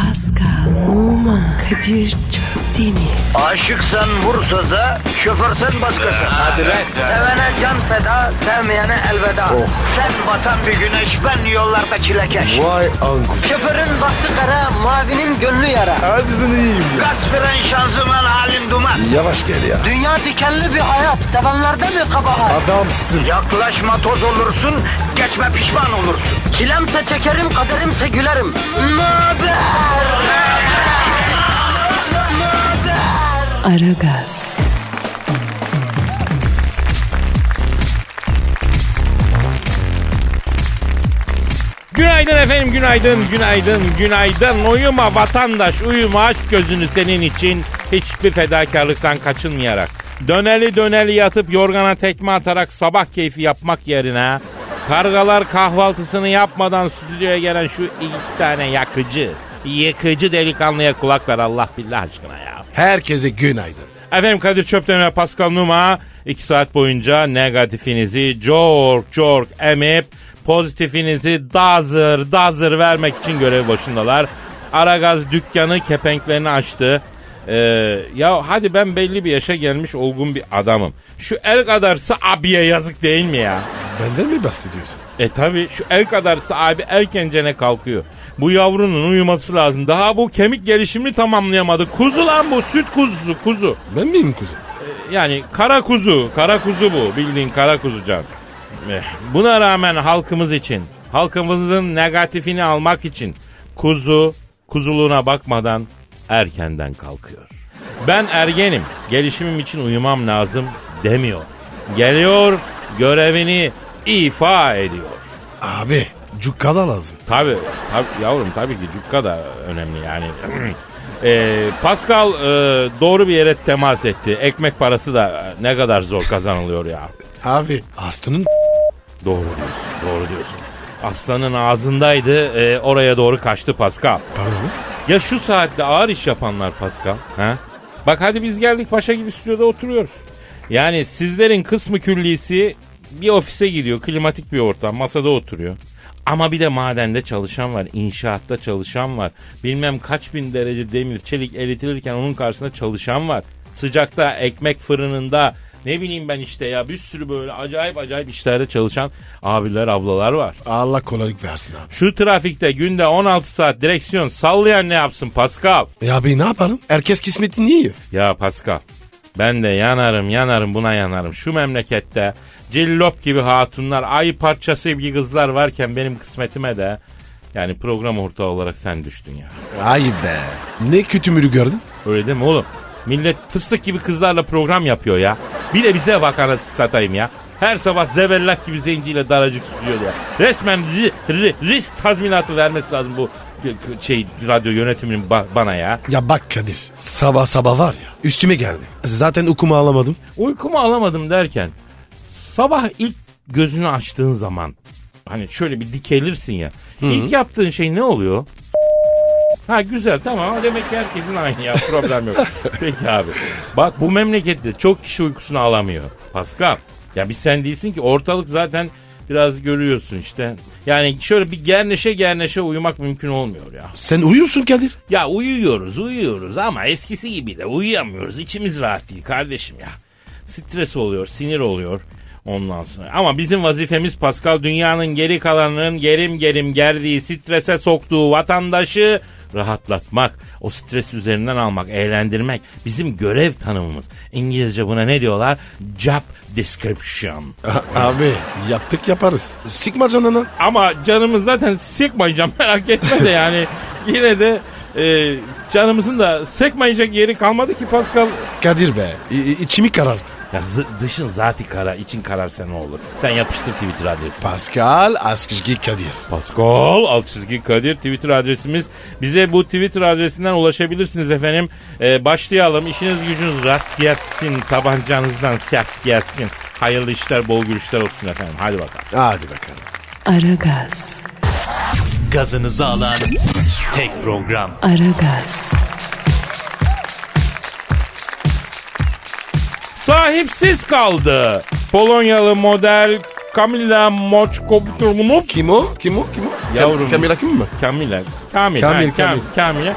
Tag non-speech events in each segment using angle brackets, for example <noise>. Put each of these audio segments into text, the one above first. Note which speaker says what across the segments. Speaker 1: Pascal, Oman, Kadir çok değil mi?
Speaker 2: Aşıksan vursa da şoförsen başkasın.
Speaker 3: Hadi lan. Oh.
Speaker 2: Sevene can feda, sevmeyene elveda. Sen batan bir güneş, ben yollarda çilekeş.
Speaker 3: Vay anku.
Speaker 2: Şoförün baktı kara, mavinin gönlü yara.
Speaker 3: Hadi sen iyiyim ya.
Speaker 2: Kasperen şanzıman halin duman.
Speaker 3: Yavaş gel ya.
Speaker 2: Dünya dikenli bir hayat, sevenlerde mi kabahar?
Speaker 3: Adamsın.
Speaker 2: Yaklaşma toz olursun, geçme pişman olursun. Çilemse çekerim, kaderimse gülerim. Möber!
Speaker 1: Aragaz,
Speaker 4: Günaydın efendim, günaydın, günaydın, günaydın. Uyuma vatandaş, uyuma aç gözünü senin için. Hiçbir fedakarlıktan kaçınmayarak. Döneli döneli yatıp yorgana tekme atarak sabah keyfi yapmak yerine... Kargalar kahvaltısını yapmadan stüdyoya gelen şu iki tane yakıcı, yıkıcı delikanlıya kulak ver Allah billah aşkına ya.
Speaker 3: Herkese günaydın.
Speaker 4: Efendim Kadir Çöpten ve Pascal Numa 2 saat boyunca negatifinizi cork cork emip pozitifinizi dazır dazır vermek için görev başındalar. Aragaz dükkanı kepenklerini açtı. Ee, ya hadi ben belli bir yaşa gelmiş olgun bir adamım. Şu el kadarsa abiye yazık değil mi ya?
Speaker 3: Benden mi bahsediyorsun?
Speaker 4: E tabi şu el kadarsa abi erkencene kalkıyor. Bu yavrunun uyuması lazım. Daha bu kemik gelişimini tamamlayamadı. Kuzu lan bu süt kuzusu kuzu.
Speaker 3: Ben miyim kuzen?
Speaker 4: Yani kara kuzu, kara kuzu bu. Bildiğin kara kuzu can. Eh, Buna rağmen halkımız için, halkımızın negatifini almak için kuzu, kuzuluğuna bakmadan erkenden kalkıyor. Ben ergenim, gelişimim için uyumam lazım demiyor. Geliyor, görevini ifa ediyor.
Speaker 3: Abi cukkada lazım.
Speaker 4: Tabi, tabi yavrum tabii ki cukka da önemli yani. <clears throat> Ee, Pascal e, doğru bir yere temas etti. Ekmek parası da e, ne kadar zor kazanılıyor ya.
Speaker 3: Abi hastanın
Speaker 4: Doğru diyorsun, doğru diyorsun. Aslanın ağzındaydı, e, oraya doğru kaçtı Pascal.
Speaker 3: pardon.
Speaker 4: Ya şu saatte ağır iş yapanlar Pascal. Ha? Bak hadi biz geldik paşa gibi stüdyoda oturuyoruz. Yani sizlerin kısmı küllisi bir ofise gidiyor. Klimatik bir ortam. Masada oturuyor. Ama bir de madende çalışan var. inşaatta çalışan var. Bilmem kaç bin derece demir çelik eritilirken onun karşısında çalışan var. Sıcakta ekmek fırınında ne bileyim ben işte ya bir sürü böyle acayip acayip işlerde çalışan abiler ablalar var.
Speaker 3: Allah kolaylık versin abi.
Speaker 4: Şu trafikte günde 16 saat direksiyon sallayan ne yapsın Pascal?
Speaker 3: E abi ne yapalım? Herkes kismetini yiyor.
Speaker 4: Ya Pascal ben de yanarım yanarım buna yanarım. Şu memlekette cillop gibi hatunlar ay parçası gibi kızlar varken benim kısmetime de yani program ortağı olarak sen düştün ya.
Speaker 3: Ay be. Ne kötü mürü gördün?
Speaker 4: Öyle değil mi oğlum? Millet fıstık gibi kızlarla program yapıyor ya. Bir de bize bak anasını satayım ya. Her sabah zevellak gibi zenciyle daracık stüdyoda ya. Resmen ri- ri- risk tazminatı vermesi lazım bu k- k- şey radyo yönetiminin ba- bana ya.
Speaker 3: Ya bak Kadir. Sabah sabah var ya. Üstüme geldi. Zaten okumu alamadım.
Speaker 4: Uykumu alamadım derken sabah ilk gözünü açtığın zaman hani şöyle bir dikelirsin ya. İlk yaptığın şey ne oluyor? Ha güzel tamam demek ki herkesin aynı ya problem yok. Peki abi. Bak bu memlekette çok kişi uykusunu alamıyor. Pascal ya bir sen değilsin ki ortalık zaten biraz görüyorsun işte. Yani şöyle bir gerneşe gerneşe uyumak mümkün olmuyor ya.
Speaker 3: Sen uyuyorsun Kadir.
Speaker 4: Ya uyuyoruz uyuyoruz ama eskisi gibi de uyuyamıyoruz. İçimiz rahat değil kardeşim ya. Stres oluyor, sinir oluyor ondan sonra. Ama bizim vazifemiz Pascal dünyanın geri kalanının gerim gerim gerdiği strese soktuğu vatandaşı rahatlatmak, o stres üzerinden almak, eğlendirmek bizim görev tanımımız. İngilizce buna ne diyorlar? Job description.
Speaker 3: <laughs> abi yaptık yaparız. Sıkma canını.
Speaker 4: Ama canımız zaten sıkmayacağım <laughs> merak etme de yani yine de e, canımızın da sıkmayacak yeri kalmadı ki Pascal.
Speaker 3: Kadir be. i- i- içimi karardı.
Speaker 4: Ya zı- dışın zati kara için kararsa ne olur? Sen yapıştır Twitter adresi.
Speaker 3: Pascal Askışki Kadir.
Speaker 4: Pascal alt çizgi Kadir Twitter adresimiz. Bize bu Twitter adresinden ulaşabilirsiniz efendim. Ee, başlayalım. İşiniz gücünüz rast gelsin. Tabancanızdan ses gelsin. Hayırlı işler, bol gülüşler olsun efendim. Hadi bakalım.
Speaker 3: Hadi bakalım.
Speaker 1: Aragaz,
Speaker 5: gazınızı alan tek program.
Speaker 1: Aragaz,
Speaker 4: sahipsiz kaldı. Polonyalı model Camila Moçkovturmuk.
Speaker 3: Kim o? Kim o? Kim o?
Speaker 4: Yavrum.
Speaker 3: Kamil kim mi?
Speaker 4: Kamila. Kamil.
Speaker 3: Kamil,
Speaker 4: Kamil. Kamil. Kamila.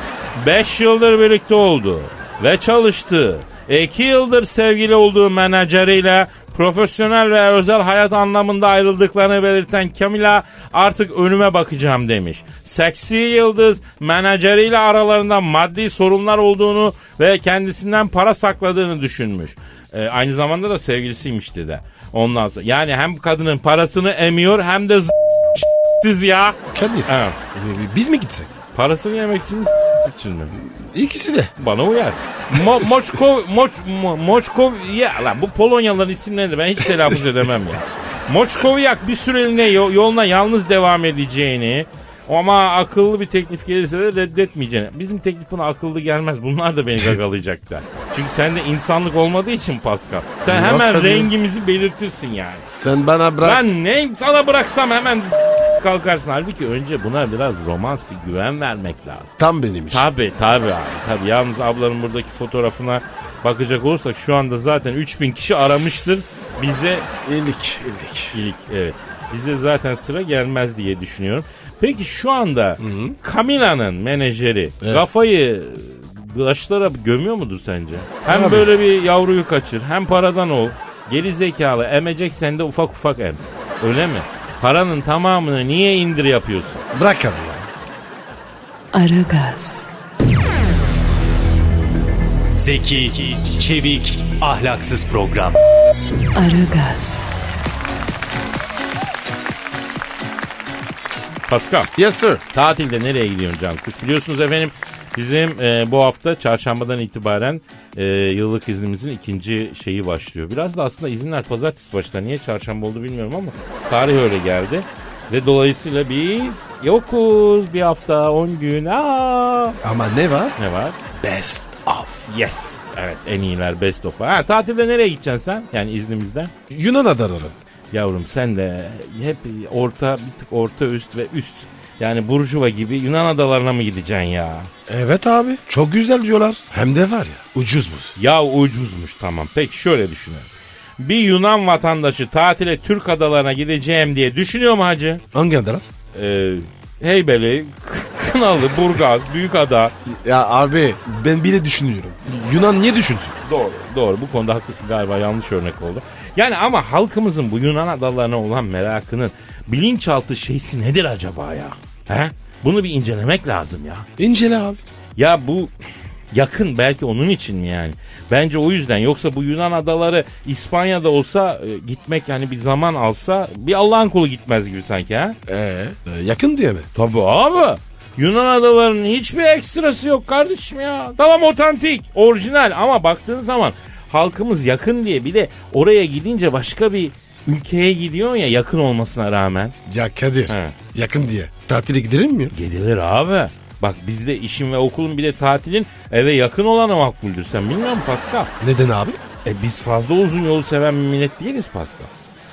Speaker 4: 5 yıldır birlikte oldu ve çalıştı. 2 yıldır sevgili olduğu menajeriyle profesyonel ve özel hayat anlamında ayrıldıklarını belirten Kamila artık önüme bakacağım demiş. Seksi yıldız menajeriyle aralarında maddi sorunlar olduğunu ve kendisinden para sakladığını düşünmüş. Ee, aynı zamanda da sevgilisiymiş dedi. Ondan sonra yani hem kadının parasını emiyor hem de z- <laughs> siz ya.
Speaker 3: Kadir.
Speaker 4: Evet.
Speaker 3: Biz mi gitsek?
Speaker 4: Parasını yemek için mi, için mi?
Speaker 3: İkisi de.
Speaker 4: Bana uyar. Mo Moçkov, Moç, Mo- Moçkov, ya lan bu Polonyalıların isimlerini ben
Speaker 3: <laughs>
Speaker 4: hiç telaffuz edemem ya. Moçkovyak bir süreliğine yo- yoluna yalnız devam edeceğini ama akıllı bir teklif gelirse de reddetmeyeceğini. Bizim teklif buna akıllı gelmez. Bunlar da beni gagalayacaklar. Çünkü sende insanlık olmadığı için Pascal. Sen
Speaker 3: Yok
Speaker 4: hemen
Speaker 3: tabii.
Speaker 4: rengimizi belirtirsin yani.
Speaker 3: Sen bana bırak.
Speaker 4: Ben neyim sana bıraksam hemen kalkarsın. Halbuki önce buna biraz romans bir güven vermek lazım.
Speaker 3: Tam benim iş.
Speaker 4: Tabi tabi abi tabi. Yalnız ablanın buradaki fotoğrafına bakacak olursak şu anda zaten 3000 kişi aramıştır. Bize
Speaker 3: İyilik, iyilik.
Speaker 4: ilik evet. Bize zaten sıra gelmez diye düşünüyorum. Peki şu anda Camila'nın menajeri kafayı daşlara gömüyor mudur sence? Hem
Speaker 3: Abi.
Speaker 4: böyle bir yavruyu kaçır hem paradan ol. Geri zekalı emeceksen de ufak ufak em. Öyle mi? Paranın tamamını niye indir yapıyorsun?
Speaker 3: Bırak abi ya.
Speaker 1: Aragaz,
Speaker 5: Zeki, çevik, ahlaksız program.
Speaker 1: Aragaz,
Speaker 4: Pascal.
Speaker 3: Yes sir.
Speaker 4: Tatilde nereye gidiyorsun Can Kuş? Biliyorsunuz efendim bizim e, bu hafta çarşambadan itibaren e, yıllık iznimizin ikinci şeyi başlıyor. Biraz da aslında izinler pazartesi başlar. Niye çarşamba oldu bilmiyorum ama tarih öyle geldi. Ve dolayısıyla biz yokuz bir hafta 10 gün. Aa!
Speaker 3: Ama ne var?
Speaker 4: Ne var?
Speaker 3: Best of.
Speaker 4: Yes. Evet en iyiler best of. Ha, tatilde nereye gideceksin sen? Yani iznimizden.
Speaker 3: Yunan adaları.
Speaker 4: Yavrum sen de hep orta bir tık orta üst ve üst. Yani Burjuva gibi Yunan adalarına mı gideceksin ya?
Speaker 3: Evet abi. Çok güzel diyorlar. Hem de var ya ucuz buz.
Speaker 4: Ya ucuzmuş tamam. Peki şöyle düşünelim. Bir Yunan vatandaşı tatile Türk adalarına gideceğim diye düşünüyor mu hacı?
Speaker 3: Hangi adalar?
Speaker 4: Ee, Heybeli, K- <laughs> Kınalı, Burgaz, Büyükada.
Speaker 3: Ya abi ben bile düşünüyorum. Yunan niye düşünsün?
Speaker 4: Doğru, doğru. Bu konuda haklısın galiba yanlış örnek oldu. Yani ama halkımızın bu Yunan adalarına olan merakının bilinçaltı şeysi nedir acaba ya? He? Bunu bir incelemek lazım ya.
Speaker 3: İncele abi.
Speaker 4: Ya bu yakın belki onun için mi yani? Bence o yüzden. Yoksa bu Yunan adaları İspanya'da olsa e, gitmek yani bir zaman alsa bir Allah'ın kulu gitmez gibi sanki ha?
Speaker 3: Ee, e, yakın diye mi?
Speaker 4: Tabii abi. Yunan adalarının hiçbir ekstrası yok kardeşim ya. Tamam otantik, orijinal ama baktığın zaman halkımız yakın diye bir de oraya gidince başka bir ülkeye gidiyorsun ya yakın olmasına rağmen.
Speaker 3: Ya Kadir.
Speaker 4: He.
Speaker 3: Yakın diye. Tatile gidelim mi?
Speaker 4: Gidilir abi. Bak bizde işin ve okulun bir de tatilin eve yakın olana makbuldür. Sen bilmiyor musun Pascal?
Speaker 3: Neden abi?
Speaker 4: E biz fazla uzun yolu seven bir millet değiliz Pascal.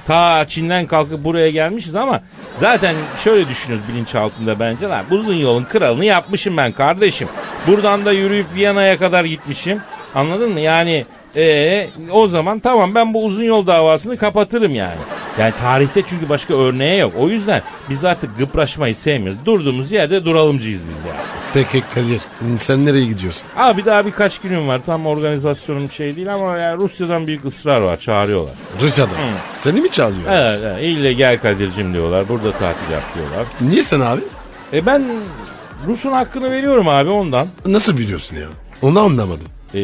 Speaker 4: Ta Çin'den kalkıp buraya gelmişiz ama zaten şöyle düşünüyoruz bilinçaltında bence lan. Uzun yolun kralını yapmışım ben kardeşim. Buradan da yürüyüp Viyana'ya kadar gitmişim. Anladın mı? Yani e, o zaman tamam ben bu uzun yol davasını kapatırım yani. Yani tarihte çünkü başka örneği yok. O yüzden biz artık gıpraşmayı sevmiyoruz. Durduğumuz yerde duralımcıyız biz yani.
Speaker 3: Peki Kadir sen nereye gidiyorsun?
Speaker 4: Abi daha birkaç günüm var. Tam organizasyonum şey değil ama yani Rusya'dan büyük ısrar var. Çağırıyorlar.
Speaker 3: Rusya'da. Seni mi çağırıyor?
Speaker 4: Evet, evet. İlle gel Kadir'cim diyorlar. Burada tatil yap diyorlar.
Speaker 3: Niye sen abi?
Speaker 4: E ben Rus'un hakkını veriyorum abi ondan.
Speaker 3: Nasıl biliyorsun ya? Onu anlamadım.
Speaker 4: E,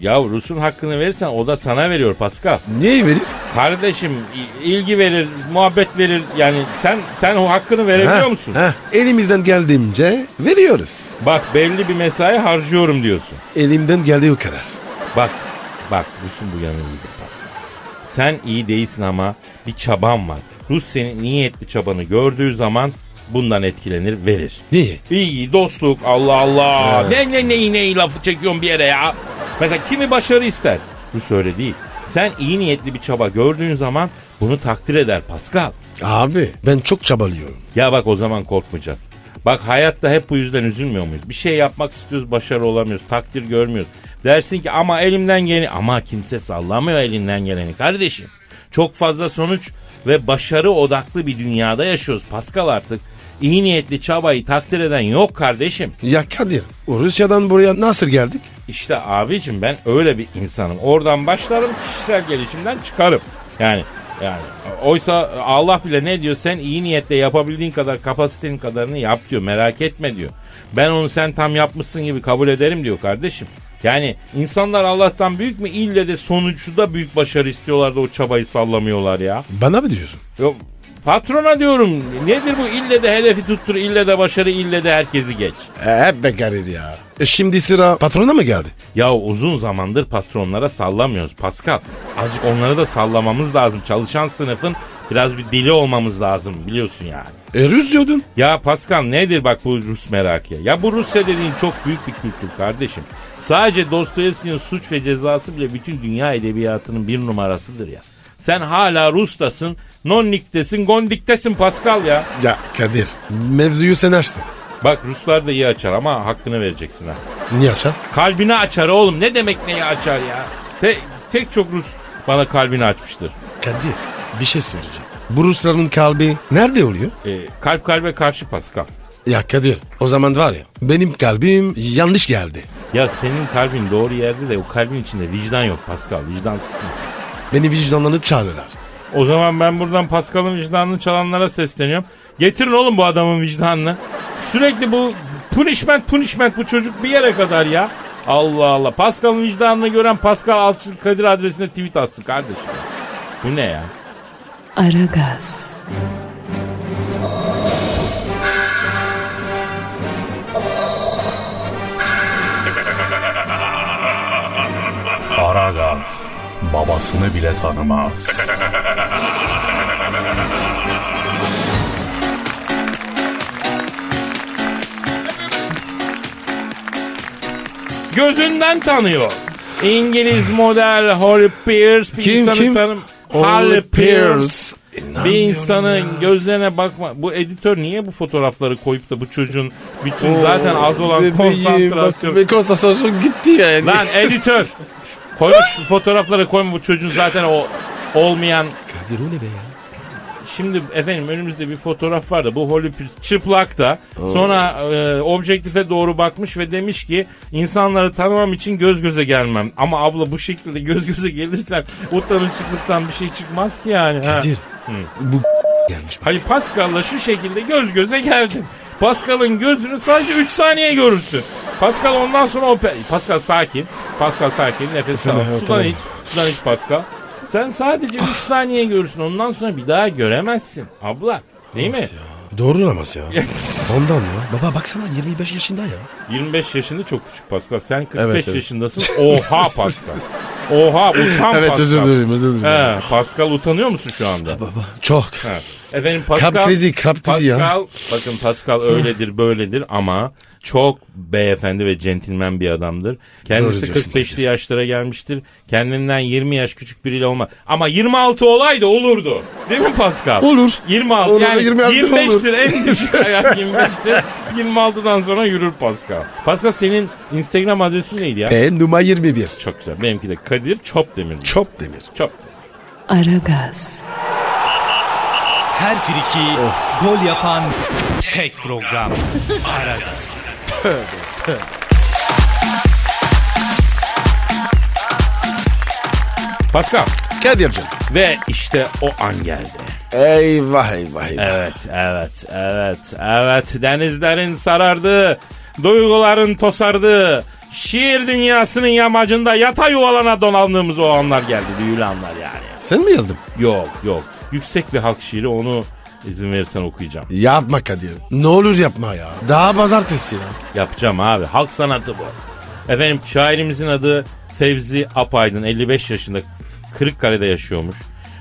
Speaker 4: ya Rus'un hakkını verirsen o da sana veriyor Pascal.
Speaker 3: Niye verir?
Speaker 4: Kardeşim i- ilgi verir, muhabbet verir. Yani sen sen o hakkını verebiliyor
Speaker 3: Heh,
Speaker 4: musun?
Speaker 3: heh. Elimizden geldiğince veriyoruz.
Speaker 4: Bak belli bir mesai harcıyorum diyorsun.
Speaker 3: Elimden geldiği o kadar.
Speaker 4: Bak, bak Rus'un bu yanı iyidir Pascal. Sen iyi değilsin ama bir çaban var. Rus senin niyetli çabanı gördüğü zaman bundan etkilenir, verir.
Speaker 3: Niye?
Speaker 4: İyi dostluk Allah Allah.
Speaker 3: Evet.
Speaker 4: Ne ne ne ne lafı çekiyorsun bir yere ya. Mesela kimi başarı ister? Rus öyle değil. Sen iyi niyetli bir çaba gördüğün zaman bunu takdir eder Pascal.
Speaker 3: Abi ben çok çabalıyorum.
Speaker 4: Ya bak o zaman korkmayacaksın. Bak hayatta hep bu yüzden üzülmüyor muyuz? Bir şey yapmak istiyoruz başarı olamıyoruz. Takdir görmüyoruz. Dersin ki ama elimden geleni. Ama kimse sallamıyor elinden geleni kardeşim. Çok fazla sonuç ve başarı odaklı bir dünyada yaşıyoruz Pascal artık. İyi niyetli çabayı takdir eden yok kardeşim.
Speaker 3: Ya Kadir Rusya'dan buraya nasıl geldik?
Speaker 4: İşte abicim ben öyle bir insanım. Oradan başlarım kişisel gelişimden çıkarım. Yani yani oysa Allah bile ne diyor sen iyi niyetle yapabildiğin kadar kapasitenin kadarını yap diyor merak etme diyor. Ben onu sen tam yapmışsın gibi kabul ederim diyor kardeşim. Yani insanlar Allah'tan büyük mü ille de sonuçta büyük başarı istiyorlar da o çabayı sallamıyorlar ya.
Speaker 3: Bana mı diyorsun?
Speaker 4: Yok patrona diyorum nedir bu ille de hedefi tuttur ille de başarı ille de herkesi geç.
Speaker 3: E, hep be Kadir ya. E, şimdi sıra patrona mı geldi?
Speaker 4: Ya uzun zamandır patronlara sallamıyoruz Pascal. Azıcık onlara da sallamamız lazım. Çalışan sınıfın biraz bir dili olmamız lazım biliyorsun yani.
Speaker 3: E Rus diyordun.
Speaker 4: Ya Pascal nedir bak bu Rus merakı ya? Ya bu Rusya dediğin çok büyük bir kültür kardeşim. Sadece Dostoyevski'nin suç ve cezası bile bütün dünya edebiyatının bir numarasıdır ya. Sen hala Rus'tasın, nonniktesin, gondiktesin Pascal ya.
Speaker 3: Ya Kadir mevzuyu sen açtın.
Speaker 4: Bak Ruslar da iyi açar ama hakkını vereceksin ha.
Speaker 3: Niye açar?
Speaker 4: Kalbini açar oğlum. Ne demek neyi açar ya? Te- tek çok Rus bana kalbini açmıştır.
Speaker 3: Kadir bir şey söyleyeceğim. Bu Rusların kalbi nerede oluyor?
Speaker 4: Ee, kalp kalbe karşı Pascal.
Speaker 3: Ya Kadir o zaman var ya benim kalbim yanlış geldi.
Speaker 4: Ya senin kalbin doğru yerde de o kalbin içinde vicdan yok Pascal. Vicdansızsın. sen.
Speaker 3: Beni vicdanlarını çağırırlar.
Speaker 4: O zaman ben buradan Pascal'ın vicdanını çalanlara sesleniyorum. Getirin oğlum bu adamın vicdanını. Sürekli bu punishment punishment bu çocuk bir yere kadar ya. Allah Allah. Pascal'ın vicdanını gören Pascal Alçın Kadir adresine tweet atsın kardeşim. Bu ne ya?
Speaker 1: Aragaz,
Speaker 6: Aragaz babasını bile tanımaz.
Speaker 4: gözünden tanıyor. İngiliz model Holly Pierce bir
Speaker 3: Kim,
Speaker 4: insanı
Speaker 3: kim?
Speaker 4: tanım.
Speaker 3: Holly
Speaker 4: Holly Pierce.
Speaker 3: Pierce.
Speaker 4: Bir
Speaker 3: İnanmıyorum
Speaker 4: insanın
Speaker 3: ya.
Speaker 4: gözlerine bakma. Bu editör niye bu fotoğrafları koyup da bu çocuğun bütün
Speaker 3: Oo,
Speaker 4: zaten az olan
Speaker 3: bebeğim, bak,
Speaker 4: konsantrasyon.
Speaker 3: be- konsantrasyon gitti yani.
Speaker 4: Lan editör. Koymuş fotoğrafları koyma bu çocuğun zaten o olmayan
Speaker 3: Kadir o ne be ya?
Speaker 4: Şimdi efendim önümüzde bir fotoğraf var da bu Holly Pierce çıplak da sonra e, objektife doğru bakmış ve demiş ki insanları tanımam için göz göze gelmem. Ama abla bu şekilde göz göze gelirsen utanışlıktan bir şey çıkmaz ki yani. ha.
Speaker 3: Kadir bu gelmiş.
Speaker 4: Hayır Pascal'la şu şekilde göz göze geldin. Pascal'ın gözünü sadece 3 saniye görürsün. Pascal ondan sonra o... pe- Pascal sakin. Pascal sakin. Nefes al.
Speaker 3: evet,
Speaker 4: Sudan
Speaker 3: tamam.
Speaker 4: iç. Sudan iç Pascal. Sen sadece 3 saniye görürsün. Ondan sonra bir daha göremezsin. Abla. Değil mi?
Speaker 3: Doğru namaz ya. Ondan ya. Baba baksana 25 yaşında ya.
Speaker 4: 25 yaşında çok küçük Pascal. Sen 45
Speaker 3: Evet, evet.
Speaker 4: yaşındasın. Oha Pascal. Oha utan
Speaker 3: evet
Speaker 4: Pascal.
Speaker 3: özür dilerim özür dilerim.
Speaker 4: He, Pascal utanıyor musun şu anda?
Speaker 3: Baba çok.
Speaker 4: Ha. Efendim Pascal...
Speaker 3: Kap krizi kap krizi ya.
Speaker 4: Pascal, bakın Pascal öyledir böyledir ama çok beyefendi ve centilmen bir adamdır.
Speaker 3: Doğru
Speaker 4: Kendisi
Speaker 3: diyorsun,
Speaker 4: 45'li
Speaker 3: doğru.
Speaker 4: yaşlara gelmiştir. Kendinden 20 yaş küçük biriyle olmaz. Ama 26 olaydı olurdu. Değil mi Pascal?
Speaker 3: Olur.
Speaker 4: 26
Speaker 3: Olur,
Speaker 4: yani
Speaker 3: 26
Speaker 4: 25'tir
Speaker 3: olur.
Speaker 4: en düşük ayak 25'tir. 26'dan sonra yürür Pascal. Pascal senin Instagram adresin neydi ya?
Speaker 3: E numara 21.
Speaker 4: Çok güzel. Benimki de Kadir Çopdemir.
Speaker 3: Çok demir.
Speaker 4: Çop.
Speaker 1: Aragaz,
Speaker 5: Her friki gol yapan tek program. Aragaz.
Speaker 4: Pascal.
Speaker 3: Kadir'cim.
Speaker 4: Ve işte o an geldi.
Speaker 3: Eyvah eyvah eyvah.
Speaker 4: Evet, evet, evet, evet. Denizlerin sarardığı, duyguların tosardığı, şiir dünyasının yamacında yata yuvalana donaldığımız o anlar geldi. Büyülü anlar yani.
Speaker 3: Sen mi yazdın?
Speaker 4: Yok, yok. Yüksek bir halk şiiri onu izin verirsen okuyacağım.
Speaker 3: Yapma Kadir. Ne olur yapma ya. Daha pazartesi ya.
Speaker 4: Yapacağım abi. Halk sanatı bu. Efendim şairimizin adı Fevzi Apaydın. 55 yaşında Kırıkkale'de yaşıyormuş.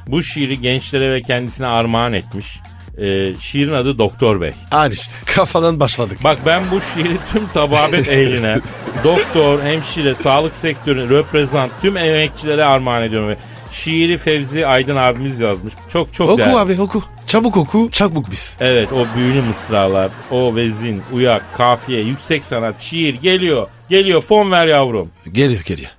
Speaker 4: Bu şiiri gençlere ve kendisine armağan etmiş. Ee, şiirin adı Doktor Bey.
Speaker 3: Al işte. <laughs> Kafadan başladık.
Speaker 4: Bak ben bu şiiri tüm
Speaker 3: <laughs>
Speaker 4: tababet ehline, doktor, hemşire, sağlık sektörünü reprezent tüm emekçilere armağan ediyorum. Şiiri Fevzi Aydın abimiz yazmış. Çok çok
Speaker 3: Oku
Speaker 4: değerli.
Speaker 3: abi oku. Çabuk oku. Çabuk biz.
Speaker 4: Evet o büyülü mısralar, o vezin, uyak, kafiye, yüksek sanat, şiir geliyor. Geliyor fon ver yavrum.
Speaker 3: Geliyor geliyor.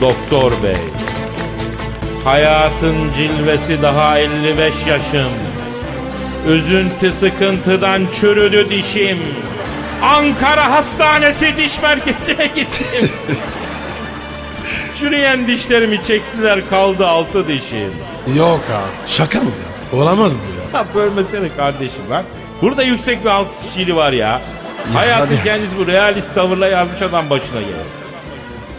Speaker 4: Doktor bey. Hayatın cilvesi daha 55 yaşım. Üzüntü sıkıntıdan çürüdü dişim. Ankara Hastanesi Diş Merkezi'ne gittim. Çürüyen dişlerimi çektiler kaldı altı dişim.
Speaker 3: Yok abi. Şaka mı ya? Olamaz mı ya?
Speaker 4: Ya bölmesene kardeşim lan. Burada yüksek bir alt kişiliği var ya. Hayatı
Speaker 3: hadi.
Speaker 4: kendisi bu realist tavırla yazmış adam başına gelir.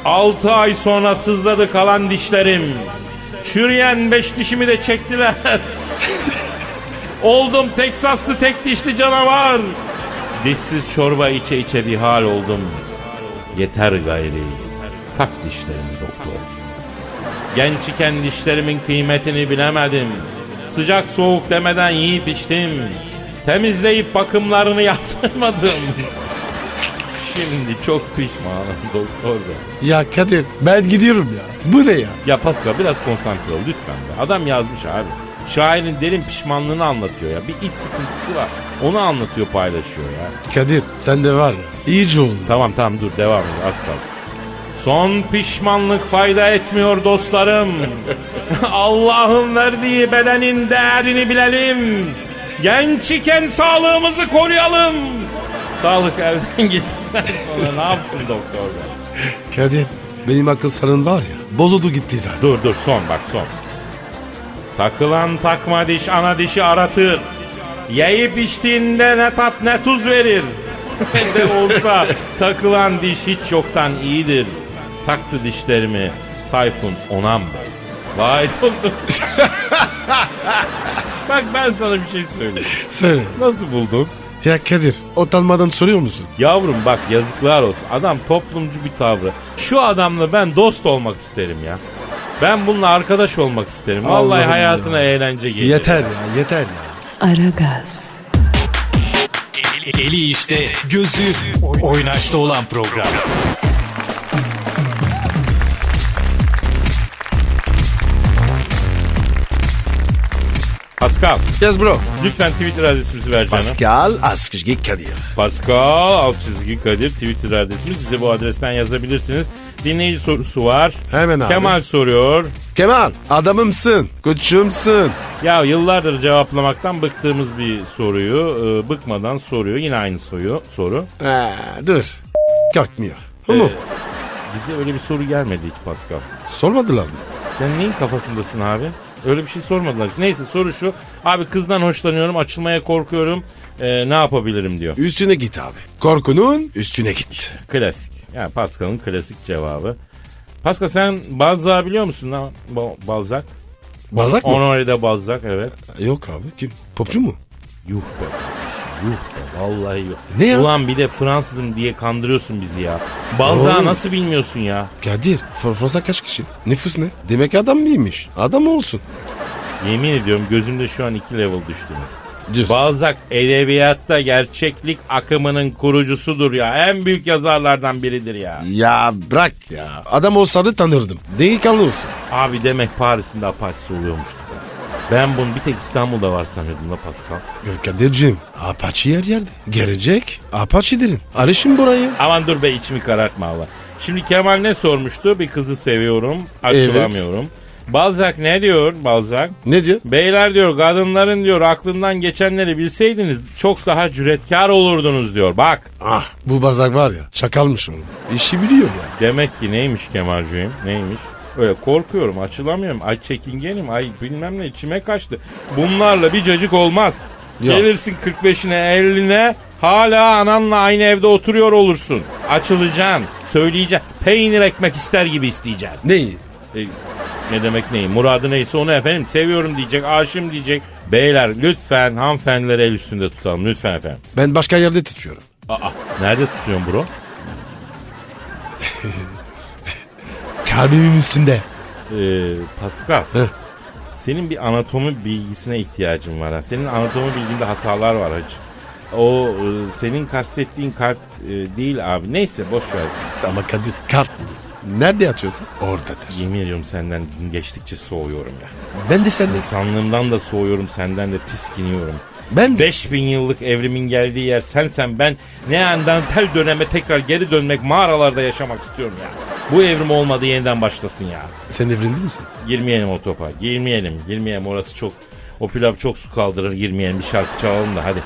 Speaker 4: Altı ay sonra sızladı kalan dişlerim. Çürüyen beş dişimi de çektiler. <laughs> Oldum Teksaslı tek dişli canavar. Dişsiz çorba içe içe bir hal oldum. Yeter gayri. Tak dişlerimi doktor. Genç iken dişlerimin kıymetini bilemedim. Sıcak soğuk demeden yiyip içtim. Temizleyip bakımlarını <laughs> yaptırmadım. Şimdi çok pişmanım doktor bey.
Speaker 3: Ya Kadir ben gidiyorum ya. Bu ne ya?
Speaker 4: Ya Pascal biraz konsantre ol lütfen be. Adam yazmış abi. Şairin derin pişmanlığını anlatıyor ya. Bir iç sıkıntısı var. Onu anlatıyor paylaşıyor ya.
Speaker 3: Kadir sen de var ya. İyice oldun.
Speaker 4: Tamam tamam dur devam et az kaldı. Son pişmanlık fayda etmiyor dostlarım. <laughs> Allah'ın verdiği bedenin değerini bilelim. Genç iken sağlığımızı koruyalım. Sağlık elden <laughs> gittikten sonra ne yapsın doktor bey?
Speaker 3: Kadir benim akıl sarın var ya. Bozuldu gitti zaten. <laughs>
Speaker 4: Dur dur son bak son. Takılan takma diş ana dişi aratır. Yeyip içtiğinde ne tat ne tuz verir. Ne de olsa takılan diş hiç yoktan iyidir. Taktı dişlerimi Tayfun Onan Bey. Vay <laughs> doktor. Bak ben sana bir şey söyleyeyim.
Speaker 3: Söyle.
Speaker 4: Nasıl buldun?
Speaker 3: Ya Kadir utanmadan soruyor musun?
Speaker 4: Yavrum bak yazıklar olsun. Adam toplumcu bir tavrı. Şu adamla ben dost olmak isterim ya. Ben bununla arkadaş olmak isterim. Vallahi
Speaker 3: Allah'ım
Speaker 4: hayatına eğlence gelir.
Speaker 3: Yeter ya yeter ya.
Speaker 1: Aragaz,
Speaker 5: Eli işte, gözü oynaşta olan program.
Speaker 4: Pascal
Speaker 3: Yes bro.
Speaker 4: lütfen Twitter adresimizi ver canım.
Speaker 3: Pascal Askışgi Kadir.
Speaker 4: Pascal alt çizgi Kadir Twitter adresimiz. Bize bu adresten yazabilirsiniz. Dinleyici sorusu var.
Speaker 3: Hemen abi.
Speaker 4: Kemal soruyor.
Speaker 3: Kemal adamımsın. Koçumsun.
Speaker 4: Ya yıllardır cevaplamaktan bıktığımız bir soruyu e, bıkmadan soruyor. Yine aynı soru. soru.
Speaker 3: Ha, dur. Kalkmıyor. Ee. Oğlum
Speaker 4: Bize öyle bir soru gelmedi hiç Pascal.
Speaker 3: sormadılar mı?
Speaker 4: Sen neyin kafasındasın abi? Öyle bir şey sormadılar. Neyse soru şu. Abi kızdan hoşlanıyorum, açılmaya korkuyorum. Ee, ne yapabilirim diyor.
Speaker 3: Üstüne git abi. Korkunun üstüne git.
Speaker 4: Klasik. Yani Pascal'ın klasik cevabı. Pascal sen Balzac'ı biliyor musun lan? Ba- Balzac.
Speaker 3: Bazak mı?
Speaker 4: Honoré de Balzac evet.
Speaker 3: Yok abi. Kim? Popçu mu?
Speaker 4: Yuh be. kardeşim, Yuh be. Vallahi yuh.
Speaker 3: Ne ya?
Speaker 4: Ulan bir de Fransızım diye kandırıyorsun bizi ya. Balzac'ı
Speaker 3: Oğlum.
Speaker 4: nasıl bilmiyorsun ya?
Speaker 3: Kadir. Fr- Fransa kaç kişi? Nüfus ne? Demek adam mıymış? Adam olsun.
Speaker 4: Yemin ediyorum gözümde şu an iki level düştü.
Speaker 3: Düz.
Speaker 4: Balzac edebiyatta gerçeklik akımının kurucusudur ya. En büyük yazarlardan biridir ya.
Speaker 3: ya bırak ya. Adam olsaydı tanırdım. Delikanlı olsun.
Speaker 4: Abi demek Paris'in de apaçısı oluyormuştu zaten. Ben bunu bir tek İstanbul'da var sanıyordum la Pascal.
Speaker 3: Ya Kadir'cim Apache yer yerde. Gelecek Apache derin. Arışın burayı.
Speaker 4: Aman dur be içimi karartma Allah. Şimdi Kemal ne sormuştu? Bir kızı seviyorum, açılamıyorum. Balzac ne diyor Balzac?
Speaker 3: Ne diyor?
Speaker 4: Beyler diyor kadınların diyor aklından geçenleri bilseydiniz çok daha cüretkar olurdunuz diyor. Bak
Speaker 3: Ah bu bazak var ya çakalmış oğlum. İşi biliyor ya.
Speaker 4: Demek ki neymiş Kemalciğim? Neymiş? Öyle korkuyorum, açılamıyorum, ay çekingenim, ay bilmem ne içime kaçtı. Bunlarla bir cacık olmaz.
Speaker 3: Yok.
Speaker 4: Gelirsin 45'ine 50'ne hala ananla aynı evde oturuyor olursun. Açılacaksın, söyleyeceksin, peynir ekmek ister gibi isteyeceksin.
Speaker 3: Neyi?
Speaker 4: E, ne demek neyi? Muradı neyse onu efendim seviyorum diyecek, aşığım diyecek. Beyler lütfen hanımefendileri el üstünde tutalım lütfen efendim.
Speaker 3: Ben başka yerde tutuyorum.
Speaker 4: Aa, nerede tutuyorsun bro?
Speaker 3: Kalbimin üstünde.
Speaker 4: Ee, Pascal.
Speaker 3: Heh.
Speaker 4: Senin bir anatomi bilgisine ihtiyacın var. Ha. Senin anatomi bilginde hatalar var hacı. O e, senin kastettiğin kalp e, değil abi. Neyse boş ver.
Speaker 3: Ama Kadir kalp mı? Nerede yatıyorsan oradadır.
Speaker 4: Yemin ediyorum senden gün geçtikçe soğuyorum ya.
Speaker 3: Ben de sende.
Speaker 4: İnsanlığımdan da soğuyorum, senden de tiskiniyorum.
Speaker 3: Ben de.
Speaker 4: 5000 yıllık evrimin geldiği yer sensen ben Neandertal döneme tekrar geri dönmek mağaralarda yaşamak istiyorum ya. Bu evrim olmadı yeniden başlasın ya.
Speaker 3: Sen evrildi misin?
Speaker 4: Girmeyelim o topa. Girmeyelim. Girmeyelim. Orası çok... O pilav çok su kaldırır. Girmeyelim. Bir şarkı çalalım da hadi.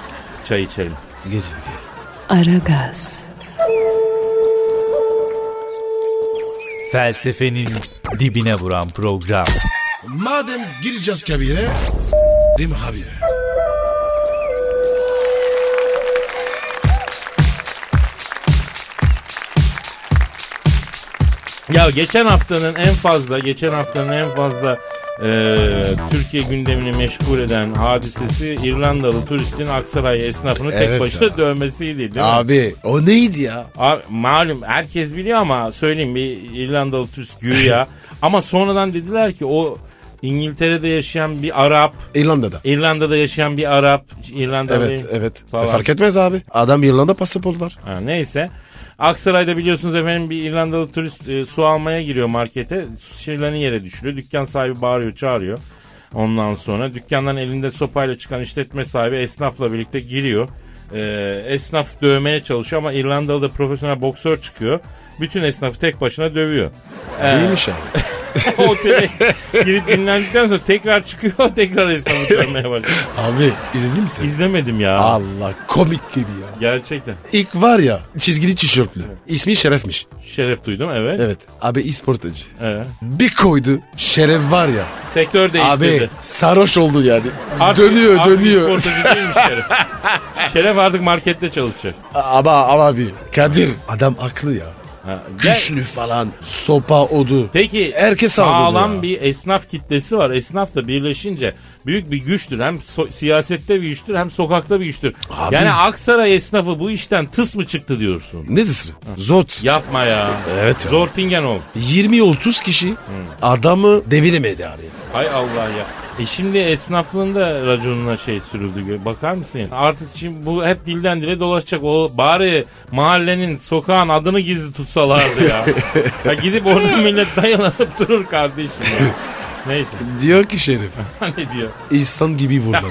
Speaker 4: Çay içelim.
Speaker 3: Geliyor geliyor.
Speaker 1: Aragaz,
Speaker 5: Felsefenin dibine vuran program.
Speaker 3: Madem gireceğiz kabire s**rim abi.
Speaker 4: Ya geçen haftanın en fazla, geçen haftanın en fazla e, Türkiye gündemini meşgul eden hadisesi İrlandalı turistin Aksaray esnafını tek
Speaker 3: Evet
Speaker 4: başına
Speaker 3: ya.
Speaker 4: dövmesiydi değil mi?
Speaker 3: Abi o neydi ya?
Speaker 4: A- malum herkes biliyor ama söyleyeyim bir İrlandalı
Speaker 3: <laughs>
Speaker 4: turist güya. ama sonradan dediler ki o İngiltere'de yaşayan bir Arap,
Speaker 3: İrlanda'da.
Speaker 4: İrlanda'da yaşayan bir Arap, İrlanda'da
Speaker 3: Evet evet.
Speaker 4: falan.
Speaker 3: E, fark etmez abi. Adam İrlanda pasaport var.
Speaker 4: Ha, neyse. Aksaray'da biliyorsunuz efendim bir İrlandalı turist e, su almaya giriyor markete. Şişelerini yere düşürüyor. Dükkan sahibi bağırıyor çağırıyor. Ondan sonra dükkandan elinde sopayla çıkan işletme sahibi esnafla birlikte giriyor. E, esnaf dövmeye çalışıyor ama İrlandalı da profesyonel boksör çıkıyor. Bütün esnafı tek başına dövüyor. <laughs>
Speaker 3: Değilmiş abi.
Speaker 4: Otele girip dinlendikten sonra tekrar çıkıyor <laughs> tekrar esnafı dövmeye başlıyor.
Speaker 3: abi izledin mi sen?
Speaker 4: İzlemedim ya.
Speaker 3: Allah komik gibi ya.
Speaker 4: Gerçekten.
Speaker 3: İlk var ya çizgili tişörtlü. İsmi Şeref'miş.
Speaker 4: Şeref duydum evet.
Speaker 3: Evet. Abi isportacı.
Speaker 4: Evet.
Speaker 3: Bir koydu. Şeref var ya.
Speaker 4: Sektör değiştirdi.
Speaker 3: Abi sarhoş oldu yani.
Speaker 4: Artık-
Speaker 3: dönüyor
Speaker 4: artık
Speaker 3: dönüyor.
Speaker 4: sportacı değilmiş Şeref. <laughs> Şeref artık markette çalışacak.
Speaker 3: <laughs> Ama ama abi Kadir adam aklı ya.
Speaker 4: Ha, gel-
Speaker 3: Güçlü falan. Sopa odu.
Speaker 4: Peki
Speaker 3: Herkes
Speaker 4: sağlam
Speaker 3: aldı ya.
Speaker 4: bir esnaf kitlesi var. Esnaf da birleşince büyük bir güçtür. Hem so- siyasette bir güçtür hem sokakta bir güçtür.
Speaker 3: Abi.
Speaker 4: Yani Aksaray esnafı bu işten tıs mı çıktı diyorsun?
Speaker 3: Nedir? Zot.
Speaker 4: Yapma ya.
Speaker 3: Evet ya.
Speaker 4: Zortingen ol.
Speaker 3: 20-30 kişi adamı deviremedi abi.
Speaker 4: Hay Allah ya. E şimdi esnaflığın da raconuna şey sürüldü. Bakar mısın? ya? Artık şimdi bu hep dilden dile dolaşacak. O bari mahallenin, sokağın adını gizli tutsalardı ya. ya gidip orada millet dayanıp durur kardeşim ya. Neyse. <laughs>
Speaker 3: Diyor ki Şerif.
Speaker 4: ne diyor?
Speaker 3: İnsan gibi <laughs> vurmadı.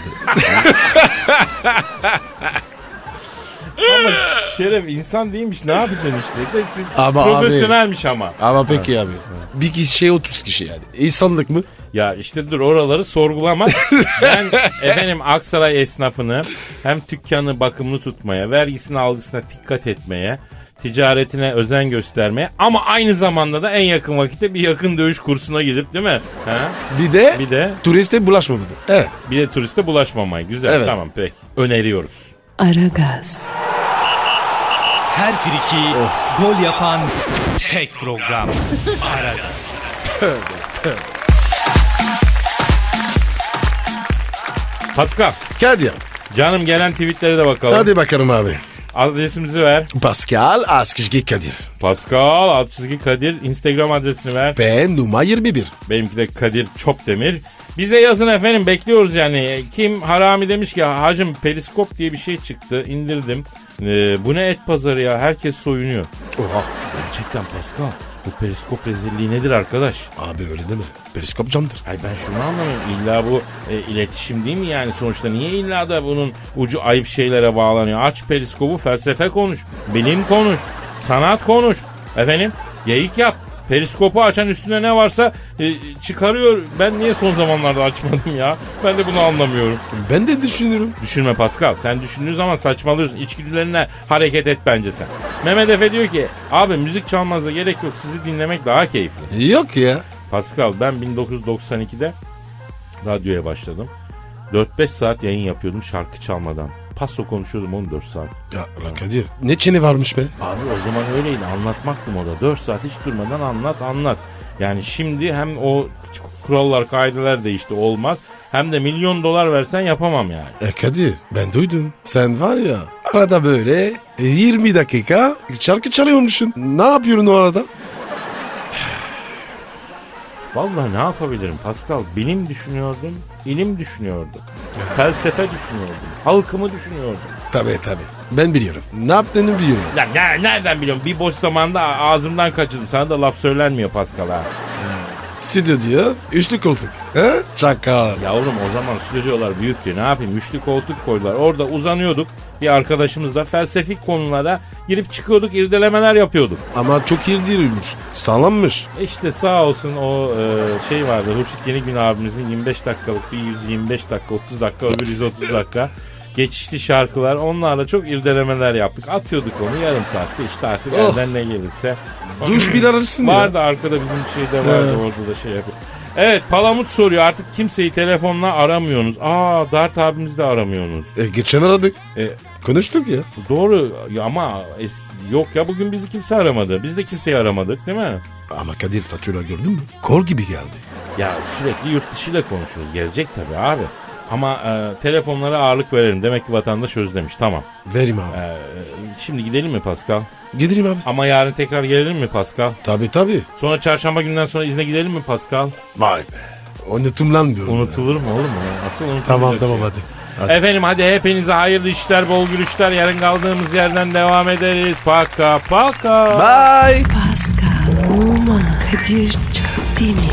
Speaker 4: Ama Şeref insan değilmiş. Ne yapacaksın işte? De siz-
Speaker 3: Ama
Speaker 4: profesyonelmiş ama.
Speaker 3: Ama peki abi. Bir kişi şey 30 kişi yani. İnsanlık mı?
Speaker 4: Ya işte dur
Speaker 3: <laughs>
Speaker 4: oraları sorgulama. ben efendim Aksaray esnafını hem dükkanı bakımlı tutmaya, vergisini algısına dikkat etmeye, ticaretine özen göstermeye ama aynı zamanda da en yakın vakitte bir yakın dövüş kursuna gidip değil mi? Ha?
Speaker 3: Bir de,
Speaker 4: Bir de
Speaker 3: turiste bulaşmamadı. Evet.
Speaker 4: bir de turiste bulaşmamayı. Güzel
Speaker 3: Evet.
Speaker 4: tamam peki. Öneriyoruz.
Speaker 1: Aragaz,
Speaker 5: Her friki gol yapan tek program. Aragaz.
Speaker 4: Pascal
Speaker 3: Kadir.
Speaker 4: canım gelen tweetlere de bakalım.
Speaker 3: Hadi bakalım abi.
Speaker 4: Adresimizi ver.
Speaker 3: Pascal Askışgi Kadir.
Speaker 4: Pascal alt çizgi Kadir Instagram adresini ver.
Speaker 3: Ben Numa 21.
Speaker 4: Benimki de Kadir Çopdemir. Bize yazın efendim bekliyoruz yani. Kim harami demiş ki hacım periskop diye bir şey çıktı indirdim. Ee, bu ne et pazarı ya herkes soyunuyor.
Speaker 3: Oha.
Speaker 4: Gerçekten Pascal bu periskop rezilliği nedir arkadaş?
Speaker 3: Abi öyle deme. Periskop candır.
Speaker 4: Ay ben şunu anlamıyorum. İlla bu e, iletişim değil mi yani? Sonuçta niye illa da bunun ucu ayıp şeylere bağlanıyor? Aç periskopu felsefe konuş. Bilim konuş. Sanat konuş. Efendim geyik yap. Periskopu açan üstüne ne varsa e, çıkarıyor. Ben niye son zamanlarda açmadım ya? Ben de bunu anlamıyorum.
Speaker 3: Ben de düşünürüm.
Speaker 4: Düşünme Pascal. Sen düşündüğün zaman saçmalıyorsun. İçgüdülerine hareket et bence sen. Mehmet Efe diyor ki abi müzik çalmanıza gerek yok. Sizi dinlemek daha keyifli.
Speaker 3: Yok ya.
Speaker 4: Pascal ben 1992'de radyoya başladım. 4-5 saat yayın yapıyordum şarkı çalmadan. Paso konuşuyordum 14 saat.
Speaker 3: Ya ulan Kadir. Ne çene varmış be?
Speaker 4: Abi o zaman öyleydi anlatmaktı moda. 4 saat hiç durmadan anlat anlat. Yani şimdi hem o kurallar kaideler değişti olmaz. Hem de milyon dolar versen yapamam yani.
Speaker 3: E Kadir ben duydum. Sen var ya arada böyle 20 dakika şarkı çalıyormuşsun. Ne yapıyorsun o arada?
Speaker 4: Vallahi ne yapabilirim Pascal? Bilim düşünüyordum, ilim düşünüyordum. Felsefe düşünüyordum, halkımı düşünüyordum.
Speaker 3: Tabii tabii. Ben biliyorum. Ne yaptığını biliyorum.
Speaker 4: Lan ne- nereden biliyorum? Bir boş zamanda ağzımdan kaçırdım. Sana da laf söylenmiyor Pascal ha.
Speaker 3: Stüdyo diyor. Üçlü koltuk. He? Şaka.
Speaker 4: Yavrum o zaman stüdyolar büyüktü. Ne yapayım? Üçlü koltuk koydular. Orada uzanıyorduk. Bir arkadaşımızla felsefik konulara girip çıkıyorduk. irdelemeler yapıyorduk.
Speaker 3: Ama çok iyi değilmiş. Sağlammış.
Speaker 4: İşte sağ olsun o e, şey vardı. Hurşit Yeni Gün abimizin 25 dakikalık bir 125 dakika 30 dakika öbür 130 dakika geçişli şarkılar. Onlarla çok irdelemeler yaptık. Atıyorduk onu yarım saatte işte artık
Speaker 3: Of.
Speaker 4: elden ne gelirse.
Speaker 3: Duş bir ararsın ya.
Speaker 4: Vardı arkada bizim şeyde vardı orada da şey yapıyor. Evet Palamut soruyor artık kimseyi telefonla aramıyorsunuz. Aa Dart abimizi de aramıyorsunuz.
Speaker 3: E, geçen aradık.
Speaker 4: E,
Speaker 3: Konuştuk ya.
Speaker 4: doğru ya ama eski, yok ya bugün bizi kimse aramadı. Biz de kimseyi aramadık değil mi?
Speaker 3: Ama Kadir fatura gördün mü? Kol gibi geldi.
Speaker 4: Ya sürekli yurt dışıyla konuşuyoruz. Gelecek tabii abi. Ama e, telefonlara ağırlık verelim. Demek ki vatandaş özlemiş. Tamam.
Speaker 3: Verim abi.
Speaker 4: E, şimdi gidelim mi Pascal?
Speaker 3: Gidelim abi.
Speaker 4: Ama yarın tekrar gelelim mi Pascal?
Speaker 3: Tabi tabi.
Speaker 4: Sonra çarşamba günden sonra izne gidelim mi Pascal?
Speaker 3: Vay be. Unutumlanmıyor.
Speaker 4: Unutulur mu oğlum? ya? Asıl unutulacak
Speaker 3: Tamam
Speaker 4: şey.
Speaker 3: tamam hadi. hadi.
Speaker 4: Efendim hadi hepinize hayırlı işler, bol gülüşler. Yarın kaldığımız yerden devam ederiz. Paka paka.
Speaker 1: Pascal, Oman, Kadir çok değil mi?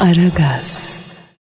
Speaker 1: Aragaz.